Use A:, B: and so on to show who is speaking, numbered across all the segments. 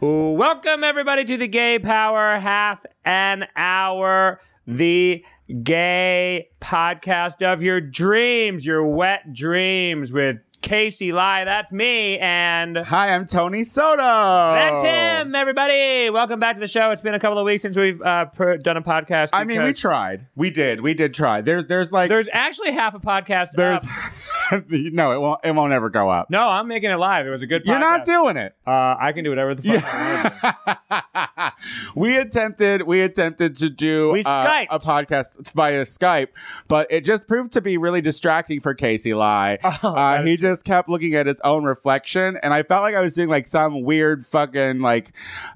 A: Welcome, everybody, to the Gay Power Half an Hour, the gay podcast of your dreams, your wet dreams with Casey Lai. That's me. And
B: Hi, I'm Tony Soto.
A: that's
B: That's
A: him, everybody. Welcome back to the show. It's been a couple of weeks since we've uh, per- done a podcast.
B: I mean, we
A: because
B: tried. We did. We did try. There's, there's like,
A: there's actually half a podcast.
B: there's,
A: up.
B: no, it won't, it won't ever go up.
A: No, I'm making it live. It was a good podcast.
B: You're not doing it.
A: uh, I can do whatever the fuck I want.
B: Yeah. we attempted, we attempted to do
A: We
B: uh,
A: Skyped.
B: a podcast via Skype, but it just proved to be really distracting for Casey Lai.
A: Oh,
B: Uh, he just kept looking at his own reflection, and I felt like I was doing like some weird fucking like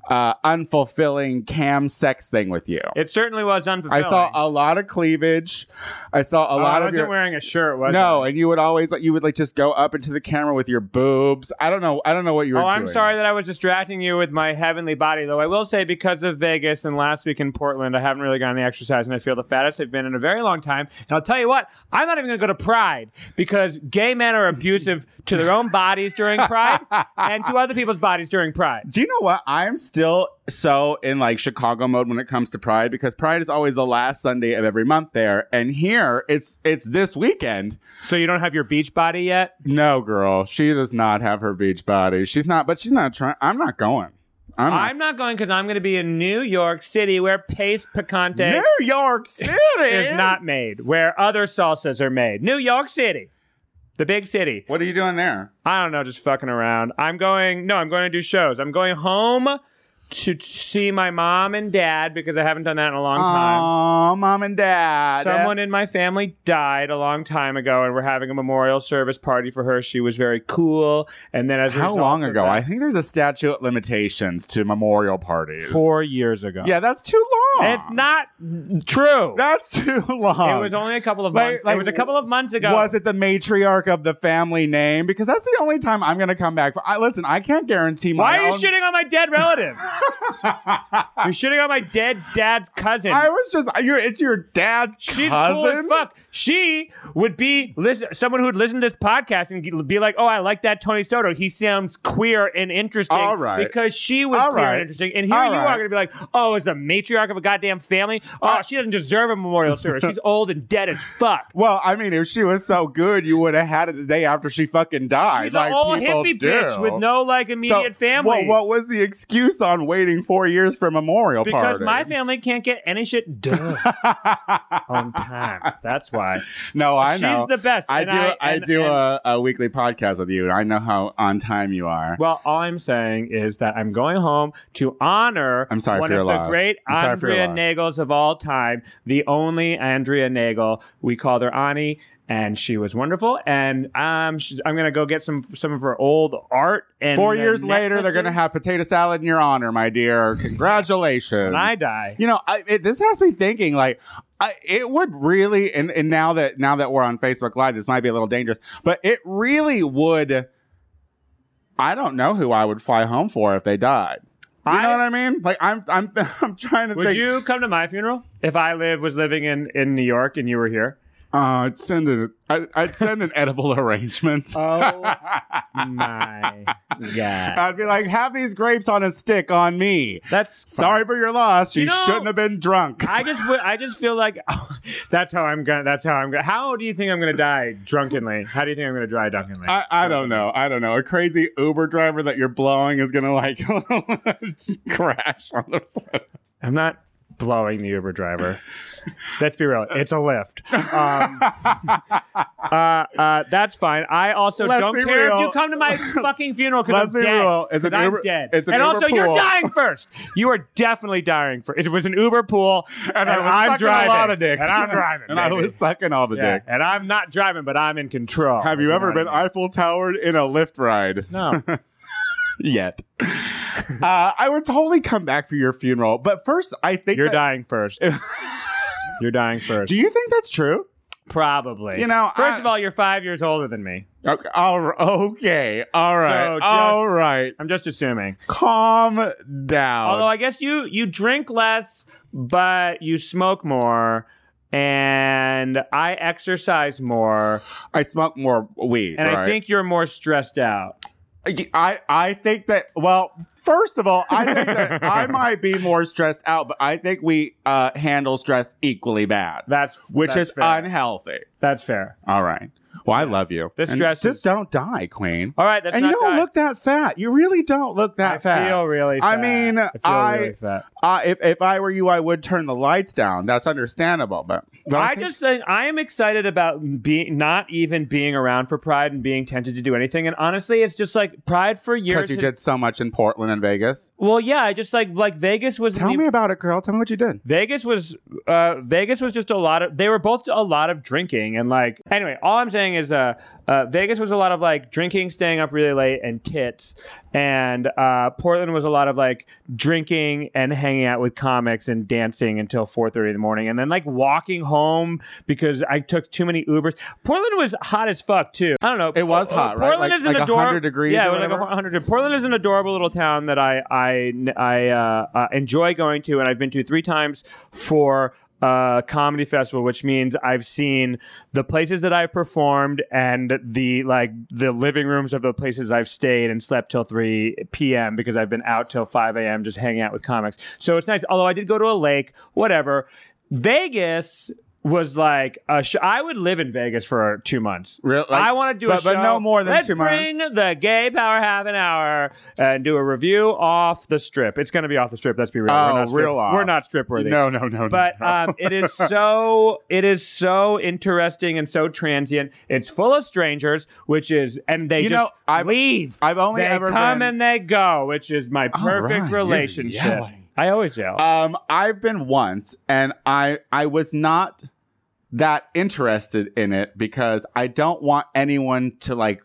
B: uh, unfulfilling cam sex thing with you.
A: it certainly was unfulfilling.
B: I saw a lot of cleavage. I saw a
A: Oh,
B: lot
A: I
B: of
A: wasn't
B: your
A: wearing a shirt. Was
B: no,
A: I?
B: and you would always like you would like just go up into the camera with your boobs. I don't know. I don't know what you were.
A: Oh, I'm
B: doing.
A: sorry that I was distracting you with my heavenly body, though. I will say, because of Vegas and last week in Portland, I haven't really gotten the exercise, and I feel the fattest I've been in a very long time. And I'll tell you what, I'm not even going to go to Pride because gay men are abusive to their own bodies during Pride and to other people's bodies during Pride.
B: Do you know what? I'm still so in like Chicago mode when it comes to Pride because Pride is always the last Sunday of every month there, and here it's it's this weekend.
A: So you don't have your beach body yet?
B: No, girl, she does not have her beach body. She's not, but she's not trying. I'm not going. I'm not.
A: I'm not going because I'm going to be in New York City where Pace Picante
B: New York City
A: is not made, where other salsas are made. New York City, the big city.
B: What are you doing there?
A: I don't know, just fucking around. I'm going, no, I'm going to do shows. I'm going home to see my mom and dad because I haven't done that in a long time.
B: Oh, mom and dad.
A: Someone in my family died a long time ago, and we're having a memorial service party for her. She was very cool. And then as a
B: How
A: result
B: long
A: of
B: ago? I
A: that-
B: think there's a statute of limitations to memorial parties.
A: four years ago.
B: Yeah, that's too long.
A: It's not true.
B: That's too long.
A: it was only a couple of
B: Like-
A: months.
B: like,
A: it was a couple of months ago.
B: Was it the matriarch of the family name? Because that's the only time I'm going to come back for. I listen. I can't guarantee my.
A: Why are you
B: own-
A: shitting on my dead relative?
B: I
A: You're shitting on my dead dad's cousin.
B: was just. You're, it's your dad's
A: She's
B: cousin.
A: cool as fuck. She would be listen, someone who'd listen to this podcast and g- be like, "Oh, I like that Tony Soto. He sounds queer and interesting."
B: All right.
A: because she was
B: All
A: queer and
B: right.
A: interesting. And here
B: All
A: you are
B: right.
A: going to be like, "Oh, is the matriarch of a goddamn family? Oh,
B: Uh,
A: she doesn't deserve a memorial service. She's old and dead as fuck."
B: Well, I mean, if she was so good, you would have had it the day after she fucking died.
A: She's
B: like
A: an old
B: people
A: hippie
B: do.
A: bitch with no like
B: So,
A: immediate family.
B: Well, what was the excuse on waiting four years for a memorial
A: because
B: party?
A: my family can't get any shit done on time. That's why.
B: no, I
A: She's
B: know.
A: the best.
B: I
A: and
B: do. I,
A: and-
B: do
A: and-
B: a, a weekly podcast with you, and I know how on time you are.
A: Well, all I'm saying is that I'm going home to honor
B: I'm sorry
A: one
B: for
A: of
B: your
A: the
B: loss.
A: great
B: I'm sorry for your
A: Andrea
B: loss.
A: Nagels of all time, the only Andrea Nagel. We called her Ani, and she was wonderful. And um, she's, I'm gonna go get some some of her old art. And
B: Four
A: the
B: years later, they're going to
A: necklaces.
B: have potato salad in your honor, my dear. Congratulations.
A: When I die,
B: you know, I, it, this has me thinking. Like, I, it would really, and, and now that now that we're on Facebook Live, this might be a little dangerous, but it really would. I don't know who I would fly home for if they died. You
A: I-
B: know what I mean? Like, I'm I'm I'm trying to
A: would
B: think.
A: you come to my funeral if I live was living in in New York and you were here?
B: Uh, I'd send an I'd, I'd send an edible arrangement.
A: Oh my god,
B: I'd be like, have these grapes on a stick on me.
A: that's
B: Sorry for your loss. You,
A: You know-
B: shouldn't have been drunk.
A: I just, w- I just feel like that's how I'm gonna. That's how I'm gonna. How do you think I'm gonna die drunkenly? How do you think I'm gonna die drunkenly?
B: I, I don't know. I don't know. A crazy Uber driver that you're blowing is gonna like crash on the side.
A: I'm not blowing the Uber driver. Let's be real. It's a lift. Um, uh, uh, that's fine. I also
B: Let's
A: don't
B: be
A: care if you
B: real.
A: come to my fucking funeral because
B: Let's
A: I'm
B: be
A: dead.
B: real. It's
A: 'Cause
B: an
A: I'm
B: Uber.
A: dead.
B: It's an
A: and
B: Uber
A: also, you're
B: pool.
A: dying first. You are definitely dying first. It was an Uber pool, and,
B: I was
A: I'm
B: sucking
A: driving.
B: a lot of dicks.
A: And I'm driving.
B: and I
A: baby.
B: was sucking all the
A: Yeah,
B: dicks.
A: And I'm not driving, but I'm in control.
B: have you
A: That's
B: ever
A: what I
B: been
A: mean.
B: Eiffel Towered in a lift ride?
A: No.
B: Yet. uh, I would totally come back for your funeral, but first I think
A: You're
B: that-
A: dying first. You're dying first.
B: Do you think that's true?
A: Probably.
B: You know,
A: first
B: I-
A: of all, you're five years older than me.
B: Okay. All right. Okay. All right.
A: So just-
B: all right.
A: I'm just assuming.
B: Calm down.
A: Although I guess you you drink less, but you smoke more, and I exercise more,
B: I smoke more weed.
A: and I
B: right?
A: think you're more stressed out.
B: I I think that well, first of all, I think that I might be more stressed out, but I think we uh, handle stress equally bad,
A: That's
B: which
A: that's
B: is
A: fair.
B: unhealthy.
A: that's fair.
B: All right. Well, I love you.
A: This
B: And
A: dress
B: just
A: is-
B: don't die, Queen.
A: All right, that's
B: and
A: not
B: you don't
A: bad.
B: look that fat. You really don't look that
A: I
B: fat.
A: feel really.
B: I
A: Fat.
B: mean,
A: I feel
B: I-
A: really fat.
B: Uh, if if I were you, I would turn the lights down. That's understandable, but, but
A: I
B: think-
A: just think I am excited about being not even being around for Pride and being tempted to do anything. And honestly, it's just like Pride for years.
B: because you
A: has-
B: did so much in Portland and Vegas.
A: Well, yeah, I just like like Vegas was.
B: Tell
A: the-
B: me about it, girl. Tell me what you did.
A: Vegas was uh, Vegas was just a lot of they were both a lot of drinking and like anyway all I'm saying is uh, uh, Vegas was a lot of like drinking staying up really late and tits and uh, Portland was a lot of like drinking and hanging out with comics and dancing until 4:30 in the morning and then like walking home because I took too many Ubers Portland was hot as fuck too I don't know
B: It was
A: Po-
B: hot, right?
A: Portland
B: Like-
A: is an
B: like
A: adorable
B: 100 degrees
A: yeah
B: or
A: it was like
B: whatever?
A: 100. Portland is an adorable little town that I I I uh, uh, enjoy going to, and I've been to three times for a comedy festival, which means I've seen the places that I've performed and the like the living rooms of the places I've stayed and slept till 3 p.m. because I've been out till 5 a.m. just hanging out with comics. So it's nice. Although I did go to a lake, whatever. Vegas was like a sh- I would live in Vegas for two months.
B: Real, like,
A: I want to do a
B: but-
A: show.
B: but no more than
A: Let's
B: two months.
A: bring the gay power half an hour and do a review off the strip. It's going to be off the strip. Let's be real.
B: Oh,
A: we're not strip,
B: real off.
A: We're not strip worthy.
B: no, no, no,
A: But
B: no.
A: um, it is so it is so interesting and so transient. It's full of strangers, which is and they
B: You
A: just
B: know, I've-
A: leave.
B: I've only
A: they
B: ever
A: come
B: been.
A: and they go, which is my
B: All
A: perfect
B: right, you're
A: relationship.
B: yelling.
A: I always yell.
B: Um, I've been once, and I I was not that interested in it because I don't want anyone to like,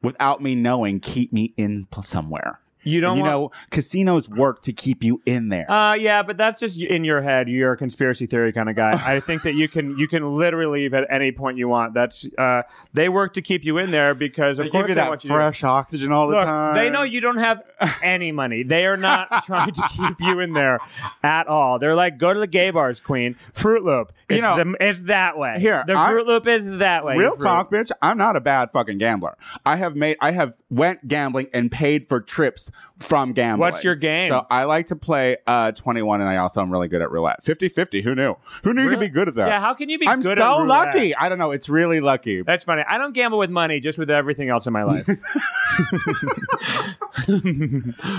B: without me knowing, keep me in pl- somewhere.
A: you
B: And
A: don't
B: you
A: want,
B: know, casinos work to keep you in there.
A: Uh, yeah, but that's just in your head. You're a conspiracy theory kind of guy. I think that you can you can literally leave at any point you want. That's uh, they work to keep you in there because of
B: they
A: course
B: give you
A: they
B: that
A: want you.
B: fresh oxygen all
A: to
B: the
A: Look,
B: time.
A: they know you don't have any money. They are not trying to keep you in there at all. They're like, go to the gay bars, queen. Fruit Loop.
B: You
A: It's,
B: know,
A: the- it's that way.
B: here,
A: the
B: I-
A: Fruit Loop is that way. you
B: Real
A: fruit.
B: talk, bitch. I'm not a bad fucking gambler. I have made, I have went gambling and paid for trips from gambling.
A: What's your game?
B: So I like to play uh, 21, and I also am really good at roulette. 50 50. Who knew? Who knew you could
A: Really?
B: be good at that?
A: yeah, how can you be?
B: I'm
A: good at
B: so
A: roulette?
B: lucky. I don't know. It's really lucky.
A: That's funny. I don't gamble with money, just with everything else in my life.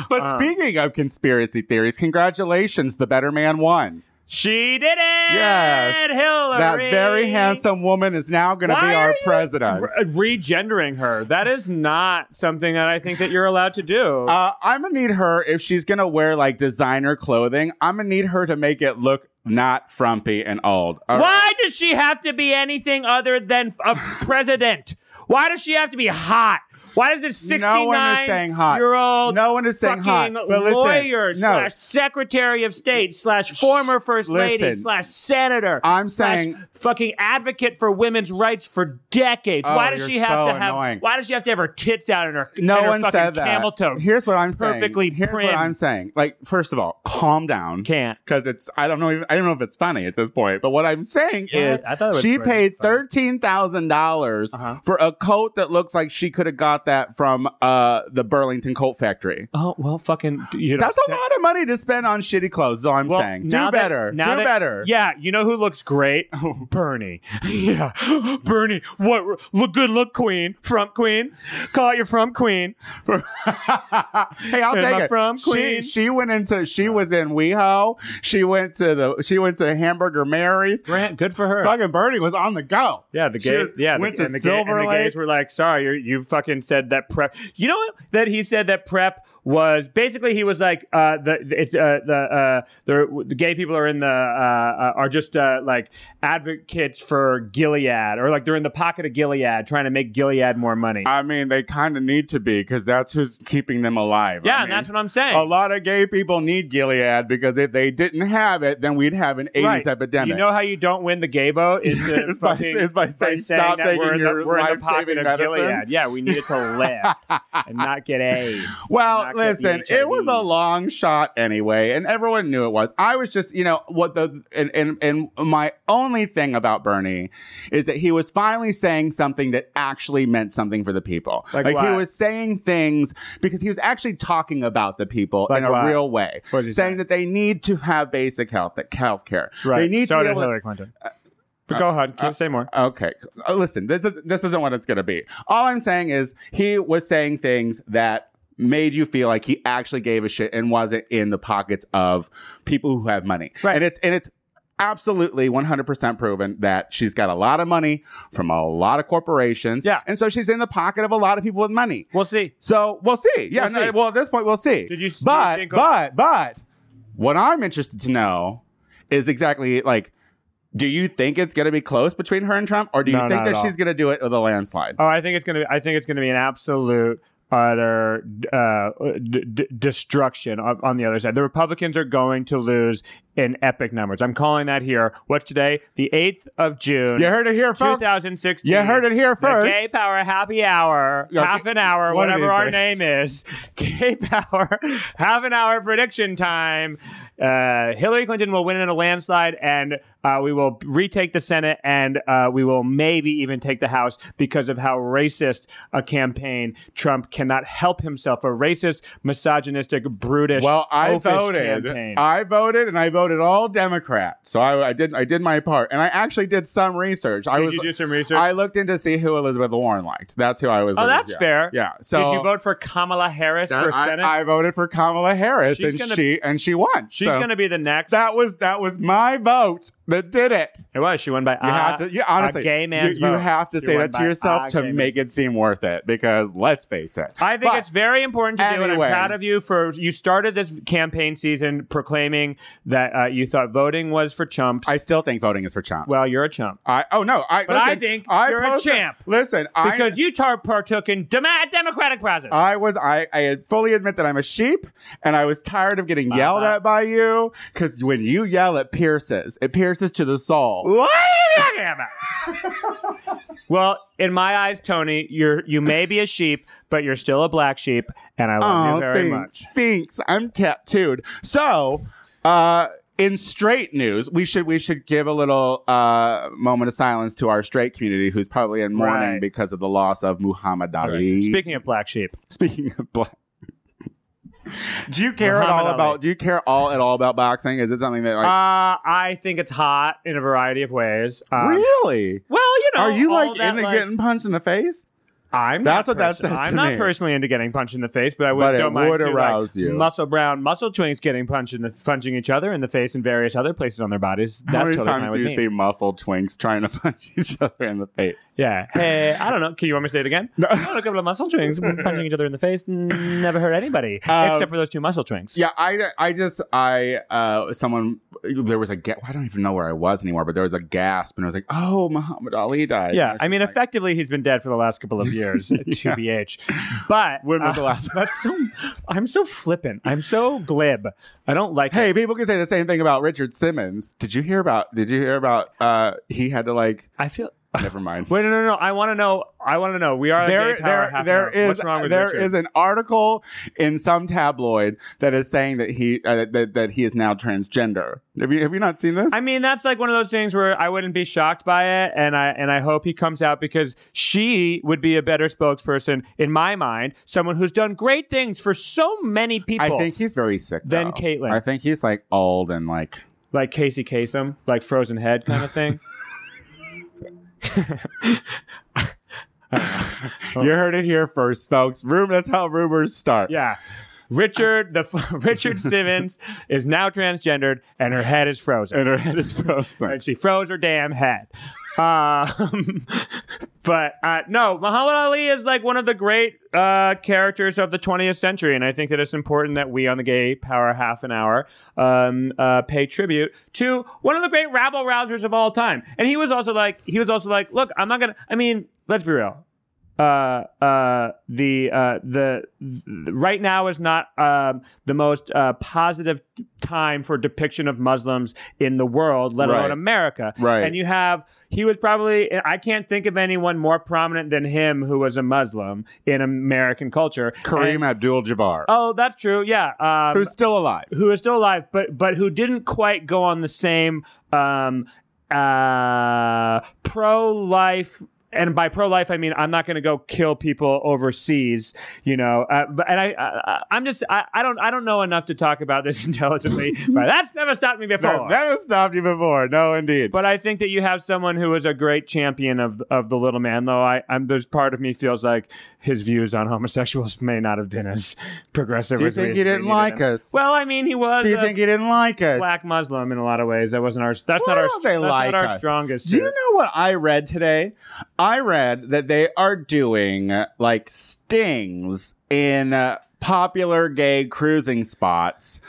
B: But
A: Uh.
B: speaking of conspiracy theories, congratulations. The better man won.
A: She did it.
B: Yes.
A: Hillary.
B: That very handsome woman is now going to be
A: Why are
B: our
A: you
B: president.
A: Re- uh, regendering her. That is not something that I think that you're allowed to do.
B: Uh, I'm gonna need her if she's gonna wear like designer clothing. I'm gonna need her to make it look not frumpy and old. All right.
A: Why does she have to be anything other than a president? Why does she have to be hot? Why does a 69
B: No one is saying hot.
A: year old
B: No one is saying hot.
A: fucking
B: But listen,
A: lawyer
B: no,
A: slash secretary of state slash former first lady
B: listen.
A: slash senator?
B: I'm
A: slash
B: saying
A: fucking advocate for women's rights for decades.
B: Oh,
A: why does
B: you're
A: she have
B: so
A: to have?
B: annoying.
A: Why does she have to have her tits out and her
B: no
A: and her
B: one
A: fucking
B: said that.
A: camel toe?
B: Here's what I'm saying.
A: Perfectly
B: Here's
A: prim.
B: what I'm saying. Like, first of all, calm down.
A: Can't.
B: Because it's I don't know even, I don't know if it's funny at this point, but what I'm saying is
A: I thought
B: she paid thirteen thousand dollars
A: Uh-huh.
B: for a coat that looks like she could have got that from uh, the Burlington Coat Factory.
A: Oh well, fucking. You know,
B: That's a lot of money to spend on shitty clothes. Is all I'm
A: Well,
B: saying.
A: now
B: Do
A: that-
B: better.
A: now
B: Do
A: that-
B: better. Oh.
A: Yeah, you know who looks great? Bernie. yeah, Bernie. What? Look good, look queen, frump queen. Call it your frump queen.
B: hey, I'll
A: Am
B: take
A: I
B: it.
A: from
B: She-
A: Queen?
B: She, went into. She was in WeHo. She went to the. She went to Hamburger Mary's.
A: Grant, good for her.
B: Fucking Bernie was on the go.
A: Yeah, the
B: She
A: gays.
B: was-
A: Yeah,
B: went
A: the,
B: to
A: and the, gay-
B: Silver
A: and the gays
B: Lake.
A: were like, "Sorry, you you fucking said that prep." You know what? That he said that prep was basically he was like, uh, the the- it's, uh, the uh, the the gay people are in the uh, uh, are just uh, like advocates for Gilead or like they're in the pocket of Gilead trying to make Gilead more money.
B: I mean, they kind of need to be because that's who's keeping them alive.
A: yeah,
B: I
A: and
B: mean, oh,
A: that's what I'm saying.
B: a lot of gay people need Gilead because if they didn't have it, then we'd have an '80s
A: Right.
B: epidemic.
A: You know how you don't win the gay vote is to
B: It's by-
A: fucking-
B: it's by saying, "Stop
A: that we're
B: taking
A: in the,
B: your
A: we're in the
B: life-saving
A: pocket of
B: medicine."
A: Gilead. Yeah, we need it to people live and not get AIDS.
B: Well,
A: and not get the
B: listen, it was a
A: HIV.
B: long shot anyway, and everyone knew it was. I was just, you know, what the and and, and my only thing about Bernie is that he was finally saying something that actually meant something for the people.
A: Like
B: he
A: what?
B: was saying things because he was actually talking about the people
A: Like
B: in a
A: what?
B: real way,
A: What
B: saying
A: did he say?
B: that they need to have basic health, health care.
A: Right.
B: They need
A: so
B: to be
A: did
B: able to-
A: Hillary Clinton. But go ahead.
B: uh,
A: say more.
B: Okay, Uh, listen, this is this isn't what it's gonna be. All I'm saying is he was saying things that made you feel like he actually gave a shit and wasn't in the pockets of people who have money.
A: Right.
B: And it's and it's absolutely 100% proven that she's got a lot of money from a lot of corporations.
A: Yeah.
B: And so she's in the pocket of a lot of people with money.
A: We'll see.
B: So we'll see. Yeah.
A: We'll
B: no,
A: see.
B: well, at this point, we'll see.
A: Did you s-
B: But
A: think of-
B: but but what I'm interested to know is exactly like, do you think it's going to be close between her and Trump, or do you
A: No,
B: think
A: not
B: that
A: at all.
B: she's going to do it with a landslide?
A: Oh, I think it's gonna. Be, I think it's gonna be an absolute utter uh, d- d- destruction on, on the other side. The Republicans are going to lose in epic numbers. I'm calling that here. What's today? The eighth of June.
B: you heard it here, folks.
A: 2016.
B: You heard it here
A: The
B: first.
A: Gay Power Happy Hour,
B: Yeah,
A: half an hour,
B: one of
A: whatever
B: these
A: our
B: days.
A: name is. Gay Power, half an hour prediction time. Uh, Hillary Clinton will win in a landslide, and uh, we will retake the Senate, and uh, we will maybe even take the House because of how racist a campaign Trump cannot help himself. A racist, misogynistic, brutish.
B: Well, I
A: oafish
B: voted.
A: Campaign.
B: I voted, and I voted all Democrat. So I, I did. I did my part, and I actually did some research. I
A: Did
B: was.
A: you do some research?
B: I looked in to see who Elizabeth Warren liked. That's who I was.
A: oh,
B: looking-
A: that's
B: yeah.
A: fair.
B: Yeah. So
A: Did you vote for Kamala Harris
B: that-
A: for
B: I-
A: Senate?
B: I, voted for Kamala Harris,
A: She's
B: and
A: gonna-
B: she and she won.
A: She's
B: So
A: going to be the next.
B: That was that was my vote that did it.
A: It was. She won by
B: You
A: uh,
B: have to, you, honestly,
A: a gay man's
B: you, you
A: vote.
B: have to
A: She
B: say
A: won
B: that to
A: by
B: yourself
A: a
B: to
A: gay
B: make it seem worth it. Because let's face it,
A: I think
B: But
A: it's very important to do, and
B: anyway.
A: I'm proud of you for you started this campaign season proclaiming that uh, you thought voting was for chumps.
B: I still think voting is for chumps.
A: well, you're a chump
B: I oh no, I
A: But I
B: listen,
A: think
B: I
A: you're a
B: posted-
A: champ.
B: Listen, I Uh,
A: because you tar- partook in dem- democratic process.
B: I was I I fully admit that I'm a sheep and I was tired of getting yelled
A: Uh-huh.
B: at by you because when you yell, it pierces. It pierces to the soul.
A: what are you talking about? well, in my eyes, Tony, you're you may be a sheep, but you're still a black sheep, and I love you very
B: Oh, thanks,
A: much.
B: Thanks. I'm tattooed. So, uh, in straight news, we should we should give a little uh, moment of silence to our straight community who's probably in mourning
A: Right.
B: because of the loss of Muhammad Ali.
A: Speaking of black sheep,
B: Speaking of black. Do you care at all
A: Muhammad Ali.
B: about? Do you care all at all about boxing? Is it something that like
A: uh, I think it's hot in a variety of ways. Um,
B: really?
A: Well, you know,
B: Are you
A: all
B: like
A: that,
B: into
A: like-
B: getting punched in the face?
A: I'm
B: That's
A: not
B: what that
A: person-
B: says
A: I'm
B: to
A: not
B: me.
A: personally into getting punched in the face, but I would,
B: But it
A: don't mind
B: would
A: to, like,
B: arouse you.
A: Muscle Brown, Muscle Twinks getting punched in the punching each other in the face and various other places on their bodies. That's
B: How many
A: totally
B: times
A: fine
B: do you
A: with me.
B: see muscle twinks trying to punch each other in the face?
A: Yeah. Hey, I don't know. Can you want me to say it again?
B: No.
A: Oh, a couple of muscle twinks punching each other in the face. N- Never hurt anybody
B: Um,
A: except for those two muscle twinks.
B: Yeah, I, I just I uh someone there was a ga- I don't even know where I was anymore, but there was a gasp and I was like, oh, Muhammad Ali died.
A: Yeah,
B: And
A: I
B: was
A: mean,
B: just like,
A: effectively, he's been dead for the last couple of years, tbh. But
B: When was the
A: uh,
B: last-
A: That's so. I'm so flippant. I'm so glib. I don't like.
B: hey,
A: it.
B: people can say the same thing about Richard Simmons. Did you hear about? Did you hear about? uh He had to like.
A: I feel.
B: Never mind.
A: Wait, no, no, no. I want to know. I want to know. We are a
B: There,
A: gay power
B: there,
A: half
B: there
A: hour.
B: is,
A: What's wrong with
B: there
A: Richard?
B: is an article in some tabloid that is saying that he uh, that, that he is now transgender. Have you have you not seen this?
A: I mean, that's like one of those things where I wouldn't be shocked by it, and I and I hope he comes out because she would be a better spokesperson in my mind, someone who's done great things for so many
B: I
A: people,
B: think he's very sick.
A: Then
B: though.
A: Caitlyn.
B: I think he's like old and like
A: like Casey Kasem, like Frozen Head kind of thing. Oh.
B: You heard it here first, folks. Room. That's how rumors start.
A: yeah. Uh, Richard the f- Richard Simmons is now transgendered and her head is frozen.
B: And her head is frozen.
A: and she froze her damn head. Um, but uh, no, Muhammad Ali is like one of the great uh, characters of the 20th century, and I think that it's important that we on the Gay Power Half an Hour um, uh, pay tribute to one of the great rabble rousers of all time. And he was also like, he was also like, look, I'm not gonna. I mean, let's be real. uh, uh, the uh, the th- right now is not um, the most uh, positive time for depiction of Muslims in the world, let
B: Right.
A: alone America.
B: Right.
A: And you have he was probably I can't think of anyone more prominent than him who was a Muslim in American culture.
B: Kareem
A: And-
B: Abdul-Jabbar,
A: oh, that's true. Yeah. Um,
B: who's still alive.
A: who is still alive, but but who didn't quite go on the same um, uh, pro life. And by pro life, I mean I'm not going to go kill people overseas, you know. Uh, but and I, I, I'm just I, I don't I don't know enough to talk about this intelligently, but that's never stopped me before.
B: That's never stopped you before. No, indeed.
A: But I think that you have someone who is a great champion of of the little man, though. I, I'm there's part of me feels like his views on homosexuals may not have been as progressive.
B: Do you
A: as we-
B: think he
A: we
B: didn't
A: needed
B: like
A: them.
B: us?
A: Well, I mean, he was.
B: Do you
A: a-
B: think he didn't like us?
A: black Muslim in a lot of ways. That wasn't our. That's
B: Why
A: not our.
B: don't they
A: that's
B: like
A: not our
B: us?
A: strongest.
B: Do you
A: suit.
B: know what I read today? I read that they are doing uh, like stings in uh, popular gay cruising spots.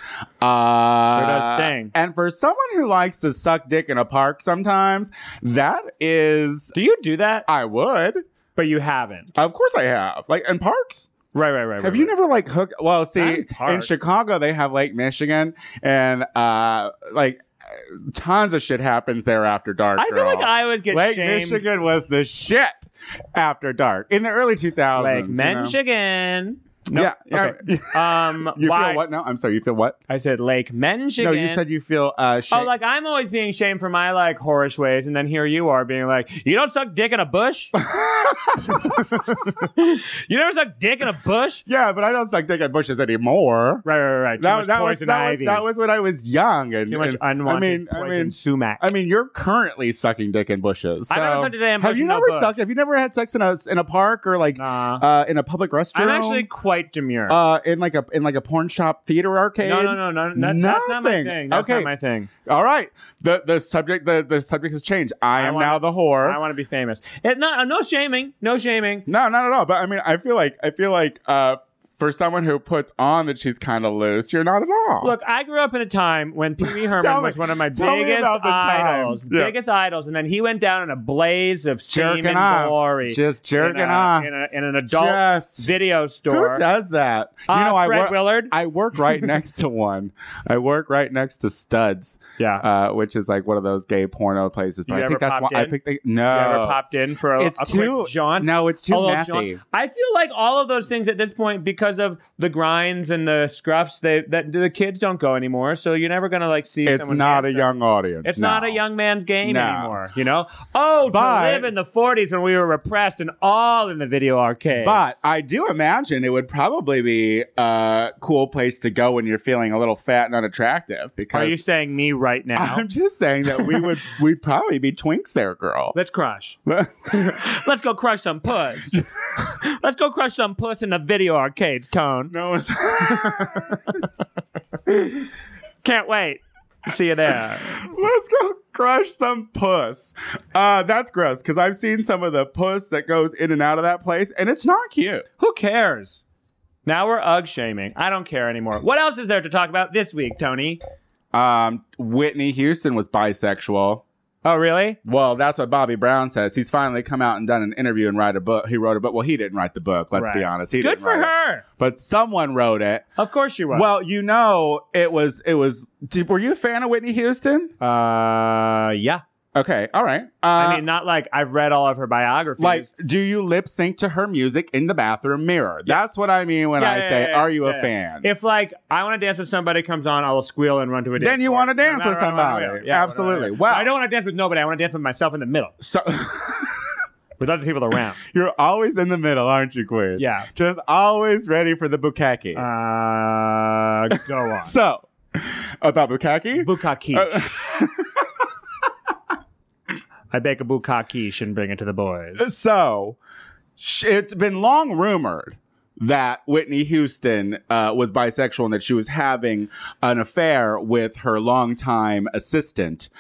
B: Uh,
A: Sure does sting.
B: And for someone who likes to suck dick in a park sometimes, that is,
A: Do you do that?
B: I would.
A: But you haven't.
B: Of course I have. Like in parks.
A: Right, right, right.
B: Have
A: right,
B: you
A: right.
B: never like hooked? Well,
A: Not in
B: see, in
A: parks.
B: Chicago they have Lake Michigan, and uh, like tons of shit happens there after dark.
A: I feel
B: girl.
A: like I always get
B: Lake
A: shamed.
B: Michigan was the shit after dark in the early 2000s.
A: Like
B: you know?
A: Michigan. No,
B: Yeah. yeah.
A: Um,
B: You
A: why?
B: feel what? No, I'm sorry. You feel what?
A: I said Lake Michigan.
B: No, you said you feel uh, shit.
A: Oh, like I'm always being shamed for my like whorish ways, and then here you are being like, "You don't suck dick in a bush. you never suck dick in a bush."
B: yeah, but I don't suck dick at bushes anymore.
A: Right, right, right. Too
B: That,
A: much
B: that was,
A: poison
B: that, was,
A: ivy.
B: that was when I was young. And,
A: Too much
B: and-
A: unwanted
B: I mean,
A: poison
B: I mean,
A: sumac.
B: I mean, you're currently sucking dick in bushes.
A: I never
B: so-
A: sucked a damn
B: Have
A: bush
B: you
A: in no
B: never
A: bush.
B: sucked? Have you never had sex in a in a park or like
A: Nah.
B: uh, in a public restroom?
A: I'm actually quite demure.
B: uh, in like a in like a porn shop theater arcade.
A: no, no, no, no, no. That, that's not my
B: Nothing.
A: thing. That's
B: Okay.
A: not my thing.
B: All right. The the subject the, the subject has changed. I
A: I
B: am
A: wanna-
B: now the whore.
A: I want to be famous. It, no, no shaming. No shaming.
B: No, not at all. But I mean, I feel like I feel like uh, for someone who puts on that she's kind of loose, you're not at all.
A: Look, I grew up in a time when Pee Wee
B: Tell
A: Herman was
B: me-
A: one of my
B: tell me
A: biggest
B: about the time.
A: idols,
B: Yeah.
A: biggest idols, and then he went down in a blaze of shame
B: jerking
A: and
B: off,
A: glory.
B: just jerking
A: in, a-
B: off,
A: in, a, in an adult
B: just
A: video store.
B: who does that?
A: Uh,
B: you know, I
A: Fred
B: work.
A: Willard.
B: I work right next to one. I work right next to Studs,
A: yeah,
B: uh, which is like one of those gay porno places. But
A: You
B: I
A: ever
B: think that's why
A: popped
B: I
A: in?
B: picked. The,
A: You ever
B: no,
A: popped in for a,
B: Oh. It's
A: a quick
B: too-
A: jaunt.
B: no, it's too
A: Although
B: mathy.
A: John- I feel like all of those things at this point, because of the grinds and the scruffs, they that the kids don't go anymore. So you're never gonna like see.
B: It's
A: someone
B: not a
A: handsome.
B: young audience.
A: It's not
B: no.
A: a young man's game
B: No.
A: anymore. You know. Oh,
B: But-
A: to live in the '40s when we were repressed and all in the video arcade.
B: But I do imagine it would probably be a cool place to go when you're feeling a little fat and unattractive. Because
A: are you saying me right now?
B: I'm just saying that we would we'd probably be twinks there, girl.
A: Let's crush.
B: no
A: Let's go crush some puss. Let's go crush some puss in the video arcades, Tone.
B: one-
A: Can't wait. See you there.
B: Let's go crush some puss. Uh, that's gross because I've seen some of the puss that goes in and out of that place, and it's not cute.
A: Who cares? Now we're UG shaming. I don't care anymore. What else is there to talk about this week, Tony?
B: Um, Whitney Houston was bisexual.
A: Oh, really?
B: Well, that's what Bobby Brown says. He's finally come out and done an interview and write a book. He wrote a book. Well, he didn't write the book. Let's be
A: Right.
B: honest. He
A: Good
B: didn't
A: for
B: write it.
A: her.
B: But someone wrote it.
A: Of course she was.
B: Well, you know, it was it was. Did, were you a fan of Whitney Houston?
A: uh, yeah.
B: Okay, all right. Uh,
A: I mean, not like I've read all of her biographies.
B: like, do you lip sync to her music in the bathroom mirror? That's what I mean when
A: Yeah,
B: I
A: yeah,
B: say,
A: yeah, yeah,
B: "Are you
A: yeah,
B: a
A: yeah.
B: fan?"
A: if like I want to dance with somebody comes on, I will squeal and run to a dance.
B: then you
A: floor.
B: want to dance
A: No,
B: with
A: no, no, no, no,
B: somebody.
A: no, no. Yeah,
B: Absolutely.
A: no, no, no.
B: Wow.
A: I don't want to dance with nobody. I want to dance with myself in the middle
B: So
A: with other people around.
B: you're always in the middle, aren't you, Queen?
A: yeah.
B: Just always ready for the bukkake.
A: Uh, go on.
B: so about bukkake.
A: Bukkake.
B: Uh,
A: I bake a bukkake and bring it to the boys.
B: so sh- it's been long rumored that Whitney Houston uh, was bisexual and that she was having an affair with her longtime assistant.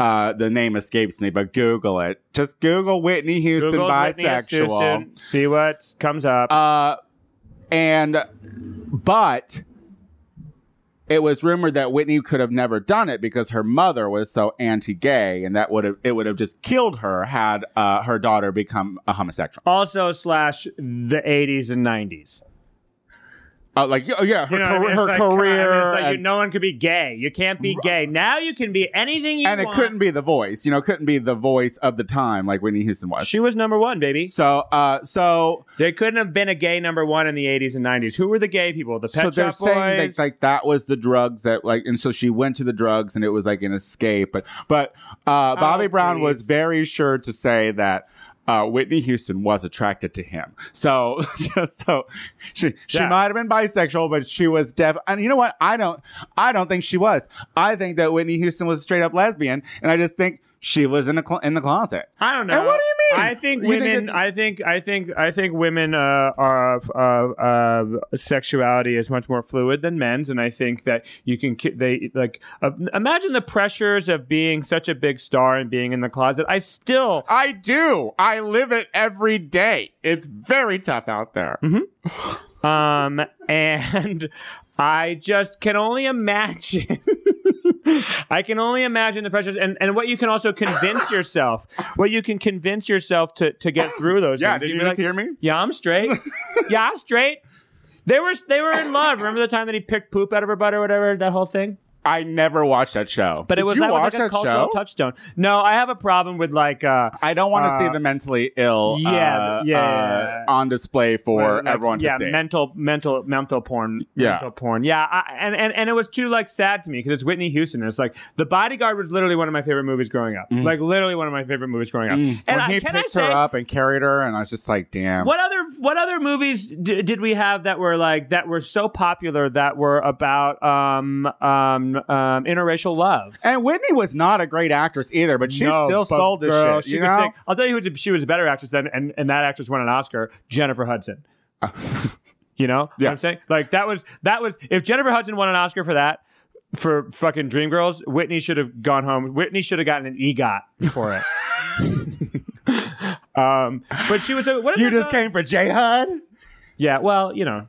B: Uh, the name escapes me, but Google it. Just Google Whitney Houston
A: Google's Whitney
B: bisexual.
A: Houston, see what comes up.
B: Uh, and but it was rumored that Whitney could have never done it because her mother was so anti-gay, and that would have it would have just killed her had uh, her daughter become a homosexual.
A: Also slash the 80s and 90s.
B: Uh, like oh, yeah, her,
A: You know what I
B: car-
A: mean? It's
B: her
A: like, come on,
B: career,
A: it's like you-
B: and,
A: no one could be gay. You can't be gay. Now you can be anything you
B: and it
A: want.
B: couldn't be the voice. You know, it couldn't be the voice of the time like Whitney Houston was.
A: She was number one, baby.
B: so, uh, so,
A: There couldn't have been a gay number one in the 80s and 90s. Who were the gay people? The Pet
B: so they're
A: Shop
B: saying
A: Boys.
B: that like that was the drugs that like, and so she went to the drugs, and it was like an escape. But, but uh, Bobby Brown was
A: Oh, please.
B: very sure to say that. Uh, Whitney Houston was attracted to him, so just so she she
A: Yeah.
B: might have been bisexual, but she was deaf. And you know what? I don't I don't think she was. I think that Whitney Houston was a straight up lesbian, and I just think she was in the cl- in the closet.
A: I don't know.
B: And what do you mean?
A: I think
B: You think
A: women.
B: that-
A: I think. I think. I think women uh, are uh, uh, sexuality is much more fluid than men's, and I think that you can. ki- They like uh, imagine the pressures of being such a big star and being in the closet. I still.
B: I do. I live it every day. It's very tough out there.
A: Um, and I just can only imagine. I can only imagine the pressures and, and what you can also convince yourself, what you can convince yourself to, to get through those.
B: Yeah,
A: things.
B: did
A: You'd
B: you
A: be
B: just
A: like,
B: hear me?
A: Yeah, I'm straight. yeah, I'm straight. They were they were in love. Remember the time that he picked poop out of her butt or whatever that whole thing.
B: I never watched that show.
A: But
B: Did
A: it was
B: you
A: that was
B: watch
A: like a
B: that
A: cultural
B: show?
A: touchstone. No, I have a problem with like uh,
B: I don't want to see
A: Uh,
B: the mentally ill.
A: yeah,
B: uh,
A: yeah,
B: uh, on display for
A: like,
B: everyone to
A: yeah,
B: see.
A: mental mental mental porn.
B: Yeah.
A: mental porn. Yeah, I, and and and it was too like sad to me because it's Whitney Houston. And it's like The Bodyguard was literally one of my favorite movies growing up. Like literally one of my favorite movies growing up.
B: Mm.
A: And
B: when
A: I,
B: he
A: can
B: picked
A: I say,
B: her up and carried her, and I was just like, "Damn!"
A: What other what other movies d- did we have that were like that were so popular that were about um um, um interracial love?
B: And Whitney was not a great actress either, but she
A: No,
B: still
A: but
B: sold this
A: girl,
B: shit.
A: She
B: you
A: could
B: know?
A: sing. I'll tell you who she was a better actress than, and, and that actress won an Oscar. Jennifer Hudson. you know
B: Yeah.
A: what I'm saying? Like that was that was if Jennifer Hudson won an Oscar for that for fucking Dreamgirls, Whitney should have gone home. Whitney should have gotten an EGOT for it. um, but she was a what
B: you
A: about
B: just
A: the-
B: came for J Hud.
A: yeah, well, you know.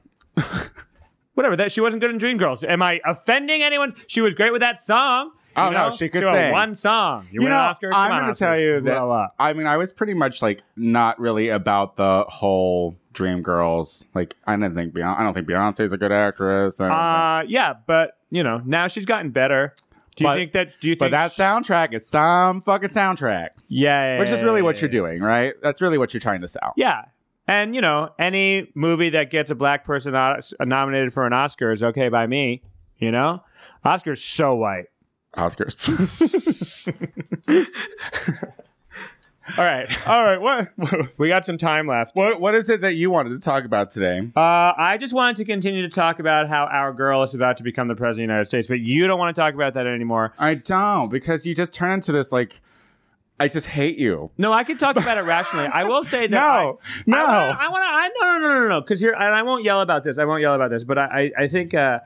A: Whatever that she wasn't good in Dreamgirls. Am I offending anyone? She was great with that song. you
B: Oh, no,
A: know?
B: she could
A: wrote
B: sing.
A: one song. You,
B: You
A: win an
B: know,
A: Oscar. Come
B: I'm
A: on,
B: gonna
A: Oscars.
B: tell you that-
A: Grow up.
B: I mean, I was pretty much like not really about the whole Dream Girls. Like, I didn't think Beyonce. I don't think Beyonce's a good actress. I don't
A: Uh,
B: think-
A: yeah, but you know now she's gotten better. Do you
B: But-
A: think that? Do you think
B: but that
A: sh-
B: soundtrack is some fucking soundtrack,
A: yeah,
B: which is really what you're doing, right? That's really what you're trying to sell.
A: Yeah, and you know any movie that gets a black person o- nominated for an Oscar is okay by me. You know, Oscar's so white.
B: Oscars.
A: All right,
B: All right, what
A: we got some time left.
B: what what is it that you wanted to talk about today?
A: Uh, I just wanted to continue to talk about how our girl is about to become the president of the United States, but you don't want to talk about that anymore.
B: I don't because you just turn into this like I just hate you.
A: No, I can talk about it rationally. I will say that. I-
B: No, no.
A: I want to. I no no no no no. Because here, and I won't yell about this. I won't yell about this. But I I, I think. Uh,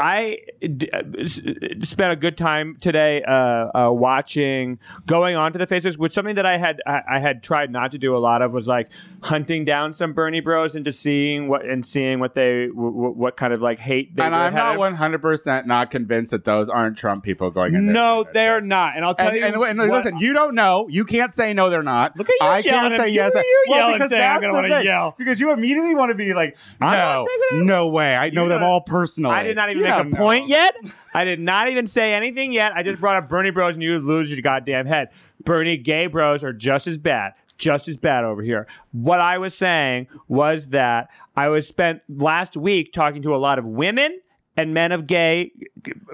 A: I d- uh, s- spent a good time today uh, uh, watching, going onto the faces, which something that I had I, I had tried not to do a lot of was like hunting down some Bernie Bros and just seeing what and seeing what they w- w- what kind of like hate they
B: and
A: really
B: I'm
A: had
B: not
A: in-
B: 100% not convinced that those aren't Trump people going in there.
A: No,
B: doing that
A: they're
B: shit.
A: not. And I'll tell
B: And,
A: you.
B: and, and listen, you don't know. You can't say no, they're not.
A: Look at you
B: I
A: yelling
B: can't
A: at
B: say
A: me.
B: yes.
A: Who are
B: I-
A: you
B: well,
A: yelling
B: because
A: saying I'm
B: that's
A: gonna
B: the
A: wanna
B: thing.
A: yell?
B: Because you immediately want to be like,
A: I'm not
B: no,
A: saying that I'm-
B: no way. I know
A: You
B: them
A: don't-
B: all personally.
A: I did not even
B: You
A: make a
B: don't know.
A: point yet. I did not even say anything yet. I just brought up Bernie Bros, and you lose your goddamn head. Bernie Gay Bros are just as bad, just as bad over here. What I was saying was that I was spent last week talking to a lot of women and men of gay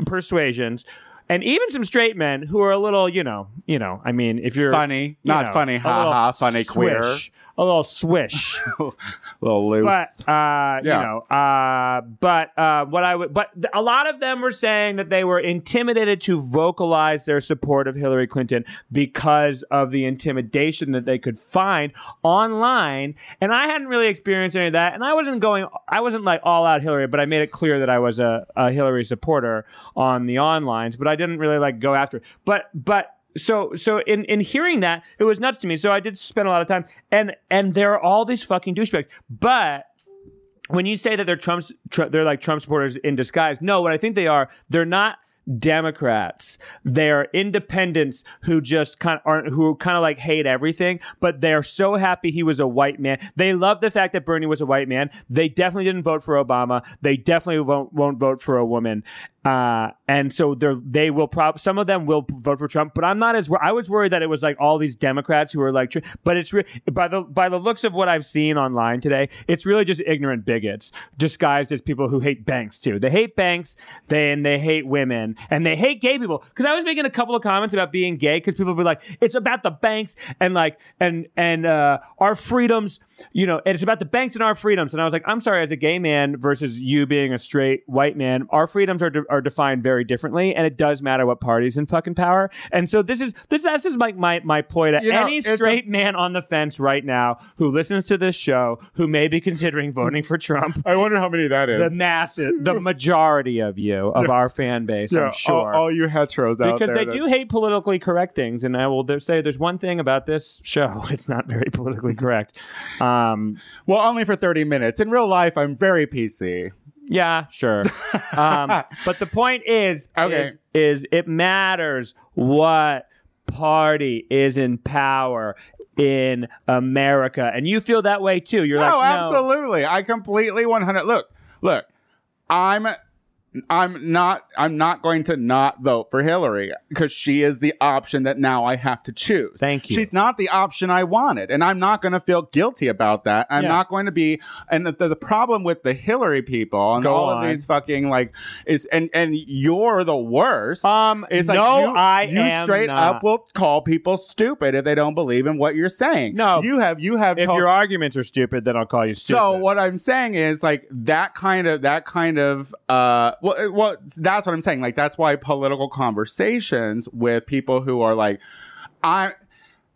A: persuasions. And even some straight men who are a little, you know, you know, I mean, if you're
B: Funny,
A: you
B: not
A: know,
B: funny,
A: a
B: ha
A: little
B: ha, funny, queer,
A: swish, a little swish.
B: little loose.
A: But uh,
B: Yeah.
A: you know, uh, but uh, what I would, but th- a lot of them were saying that they were intimidated to vocalize their support of Hillary Clinton because of the intimidation that they could find online. And I hadn't really experienced any of that, and I wasn't going, I wasn't like all out Hillary, but I made it clear that I was a, a Hillary supporter on the onlines, but I didn't really like go after it. But but so so in in hearing that it was nuts to me so i did spend a lot of time and and there are all these fucking douchebags but when you say that they're Trump's, tr- they're like Trump supporters in disguise. No, what I think they are, they're not Democrats. They are independents who just kind of aren't, who kind of like hate everything, but they're so happy he was a white man. They love the fact that Bernie was a white man. They definitely didn't vote for Obama. They definitely won't, won't vote for a woman. Uh, and so they're, they will prob some of them will vote for Trump, but I'm not as, wor- I was worried that it was like all these Democrats who were like, tr- but it's re- by the, by the looks of what I've seen online today, it's really just ignorant bigots disguised as people who hate banks too. They hate banks, they, and they hate women, and they hate gay people. Cause I was making a couple of comments about being gay, cause people were like, it's about the banks and like, and, and, uh, our freedoms, you know, and it's about the banks and our freedoms. And I was like, I'm sorry, as a gay man versus you being a straight white man, our freedoms are, de- are defined very differently. And it does matter what party's in fucking power. And so this is, this, that's just like my, my ploy to
B: You know,
A: any
B: it's a-
A: straight man on the fence right now who listens to this show, who may be considering voting for Trump.
B: I wonder how many that
A: The
B: is.
A: mass, the majority of you, of our fan base,
B: Yeah,
A: I'm sure.
B: all, all you heteros out
A: because they
B: there. that-
A: do hate politically correct things, and I will th- say there's one thing about this show: it's not very politically
B: Mm-hmm.
A: correct. Um,
B: Well, only for 30 minutes. In real life, I'm very PC.
A: yeah, sure. Um, but the point is,
B: Okay.
A: is, is it matters what party is in power in America, and you feel that way too. You're like,
B: oh,
A: no,
B: absolutely. I completely 100. Look, look. I'm I'm not I'm not going to not vote for Hillary because she is the option that now I have to choose.
A: Thank you.
B: She's not the option I wanted, and I'm not going to feel guilty about that. I'm
A: Yeah.
B: not going to be. And the, the, the problem with the Hillary people and
A: Go
B: all
A: on.
B: of these fucking like is and and you're the worst.
A: Um,
B: It's
A: no,
B: like you,
A: I
B: you
A: am
B: straight
A: not.
B: up will call people stupid if they don't believe in what you're saying.
A: No.
B: you have you have
A: If
B: told-
A: your arguments are stupid, then I'll call you stupid.
B: so what I'm saying is like that kind of that kind of uh well, uh, well that's what I'm saying like that's why political conversations with people who are like I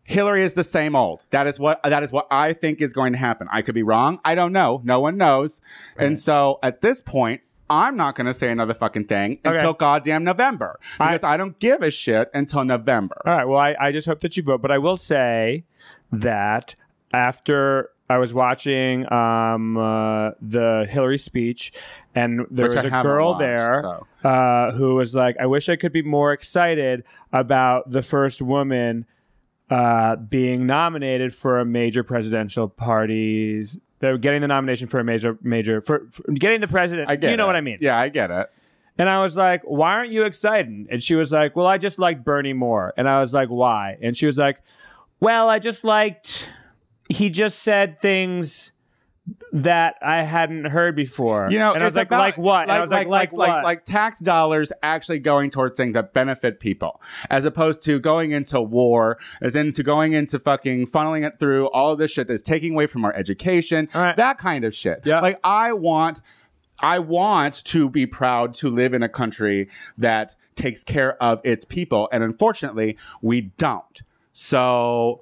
B: Hillary is the same old. That is what that is what I think is going to happen. I could be wrong. I don't know. No one knows.
A: Right.
B: And so at this point I'm not going to say another fucking thing
A: Okay.
B: until goddamn November
A: I-
B: because I, don't give a shit until November.
A: All right. Well, I, I just hope that you vote. But I will say that after I was watching um, uh, the Hillary speech, and there
B: which
A: was
B: I
A: a
B: haven't
A: girl
B: watched,
A: there
B: so.
A: uh, who was like, I wish I could be more excited about the first woman uh, being nominated for a major presidential party's. They're getting the nomination for a major, major, for, for getting the president.
B: I get
A: you know
B: it.
A: what I mean.
B: Yeah, I get it.
A: And I was like, why aren't you excited? And she was like, well, I just liked Bernie more. And I was like, why? And she was like, well, I just liked, he just said things that I hadn't heard before.
B: You know,
A: and I was
B: it's
A: like,
B: about-
A: like what? And I was like, like, what?
B: like, tax dollars actually going towards things that benefit people, as opposed to going into war, as into going into fucking funneling it through all of this shit that's taking away from our education,
A: All right.
B: that kind of shit.
A: Yeah.
B: Like I want, I want to be proud to live in a country that takes care of its people, and unfortunately, we don't. So.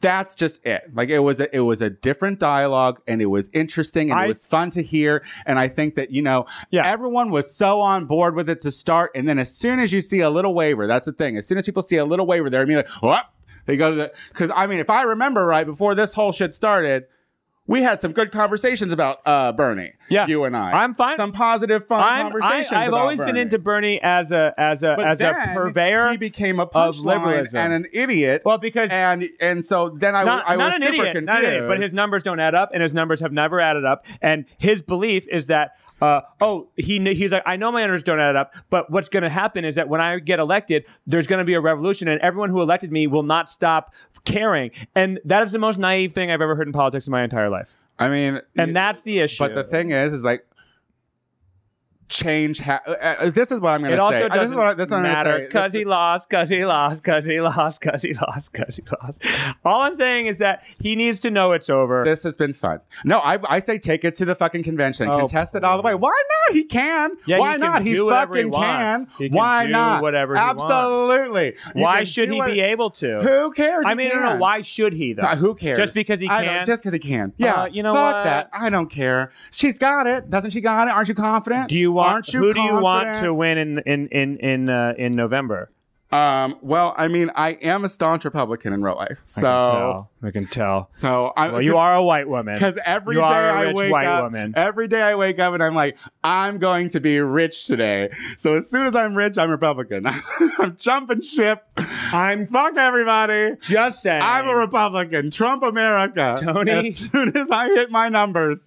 B: That's just it. Like it was a it was a different dialogue and it was interesting and
A: I-
B: it was fun to hear. And I think that, you know,
A: Yeah.
B: everyone was so on board with it to start. And then as soon as you see a little waiver, that's the thing. As soon as people see a little waiver, they're immediately like, what? They go to the, because I mean, if I remember right, before this whole shit started, we had some good conversations about uh, Bernie.
A: Yeah.
B: You and I.
A: I'm fine.
B: Some positive, fun
A: I'm, I,
B: conversations.
A: I've
B: about
A: always been
B: Bernie.
A: into Bernie as a, as a,
B: But
A: as a
B: then
A: purveyor.
B: He became a punchline
A: liberalism.
B: and an idiot.
A: well, because
B: and and so then I,
A: not,
B: I was
A: not an
B: super
A: idiot,
B: confused.
A: not an idiot, but his numbers don't add up, and his numbers have never added up. And his belief is that, uh, oh, he kn- he's like, I know my numbers don't add up, but what's going to happen is that when I get elected, there's going to be a revolution, and everyone who elected me will not stop caring. And that is the most naive thing I've ever heard in politics in my entire life.
B: I mean,
A: And
B: y-
A: that's the issue.
B: But the thing is, is like change. Ha- uh, uh, this is what I'm going to
A: it also
B: say. Uh,
A: doesn't
B: this is what, I- this is what I'm gonna
A: matter
B: say.
A: because
B: This-
A: he lost, because he lost, because he lost, because he lost, because he lost. All I'm saying is that he needs to know it's over.
B: This has been fun. No, I, I say take it to the fucking convention.
A: Oh,
B: Contest it all the way. Why not? He can.
A: Yeah,
B: Why
A: he can
B: not?
A: do
B: he
A: whatever
B: fucking
A: he wants.
B: can.
A: He can
B: Why
A: do
B: not?
A: whatever he wants.
B: Absolutely. You
A: why
B: can
A: should
B: do
A: he
B: what-
A: be able to?
B: Who cares?
A: I
B: He
A: mean, I don't know
B: can.
A: why should he though.
B: Uh, who cares?
A: Just because he
B: I
A: can.
B: don't, just because he can.
A: Uh,
B: Yeah,
A: you know
B: fuck
A: what?
B: that. I don't care. She's got it, doesn't she? Got it? Aren't you confident?
A: do you want?
B: Aren't you
A: who do you want
B: confident?
A: to win in in in in uh, in November?
B: Um, well, I mean, I am a staunch Republican in real life,
A: I can
B: so
A: tell. I can tell.
B: so I
A: Well, you are a white woman.
B: because every day
A: you are a
B: I
A: rich
B: wake
A: white
B: up,
A: woman.
B: every day I wake up and I'm like, I'm going to be rich today. So as soon as I'm rich, I'm Republican. I'm jumping ship.
A: I'm
B: Fuck everybody.
A: just saying.
B: I'm a Republican. Trump America.
A: Tony?
B: As soon as I hit my numbers,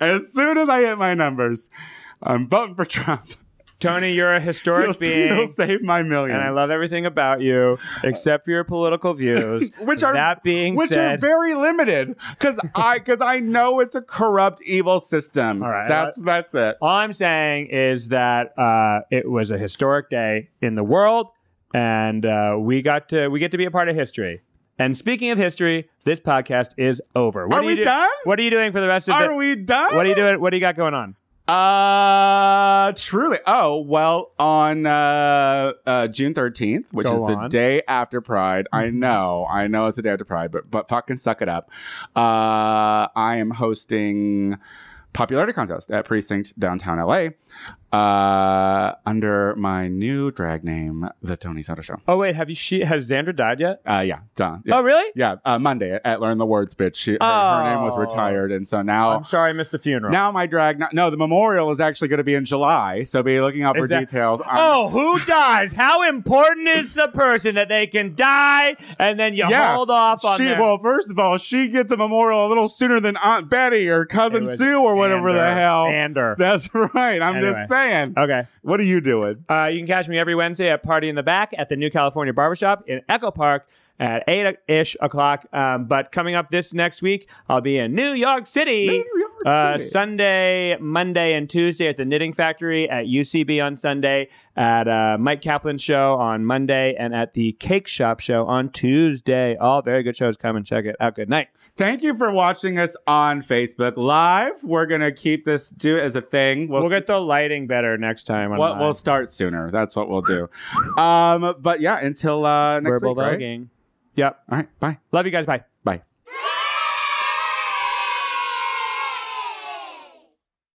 B: as soon as I hit my numbers, I'm voting for Trump.
A: Tony, you're a historic
B: He'll, he'll
A: being.
B: save my millions.
A: And I love everything about you, except for your political views.
B: Which are-
A: that being
B: which are
A: said,
B: very limited because I because I know it's a corrupt, evil system.
A: All right.
B: that's that's it.
A: all I'm saying is that uh, it was a historic day in the world, and uh, we got to we get to be a part of history. And speaking of history, this podcast is over. What
B: Are
A: do
B: we
A: you do-
B: done?
A: What are you doing for the rest of
B: Are
A: the?
B: we done?
A: What are you doing? What do you got going on?
B: Uh, truly. Oh, well, on uh, uh June 13th, which
A: Go
B: is the
A: on. Mm-hmm.
B: day after Pride. I know, I know it's the day after Pride, but but fucking suck it up. Uh, I am hosting popularity contest at Precinct Downtown LA. Uh, under my new drag name, the Tony Sutter Show.
A: Oh wait, have you? She has Xandra died yet?
B: Uh, yeah, done. Yeah.
A: Oh really?
B: Yeah, uh, Monday at Learn the Words, bitch. She, her, her name was
A: Oh.
B: retired, and so now
A: I'm sorry, I missed the funeral.
B: now my drag. No, no, the memorial is actually going to be in July, so be looking out
A: Is
B: for
A: that-
B: details. I'm-
A: Oh, who dies? How important is the person that they can die and then you
B: Yeah.
A: hold off on
B: she,
A: them?
B: well, first of all, she gets a memorial a little sooner than Aunt Betty or
A: It
B: cousin
A: was
B: Sue or whatever the
A: Ander.
B: hell.
A: Ander.
B: That's right. I'm
A: Anyway. Uh,
B: just saying.
A: Okay.
B: What are you doing?
A: Uh, you can catch me every Wednesday at Party in the Back at the New California Barbershop in Echo Park at 8 ish o'clock. Um, but coming up this next week, I'll be in New York City. Uh, Sunday, Monday, and Tuesday at the Knitting Factory at UCB on Sunday, at uh, Mike Kaplan's show on Monday, and at the Cake Shop show on Tuesday. All very good shows. Come and check it out. Good night.
B: Thank you for watching us on Facebook Live. We're gonna keep this do as a thing. We'll,
A: We'll,
B: s-
A: get the lighting better next time. On
B: We'll,
A: live.
B: we'll start sooner. That's what we'll do. um, but yeah, until uh, next
A: verbal
B: week. Right?
A: voguing. Yep.
B: All right. Bye.
A: Love you guys. Bye.
B: Bye.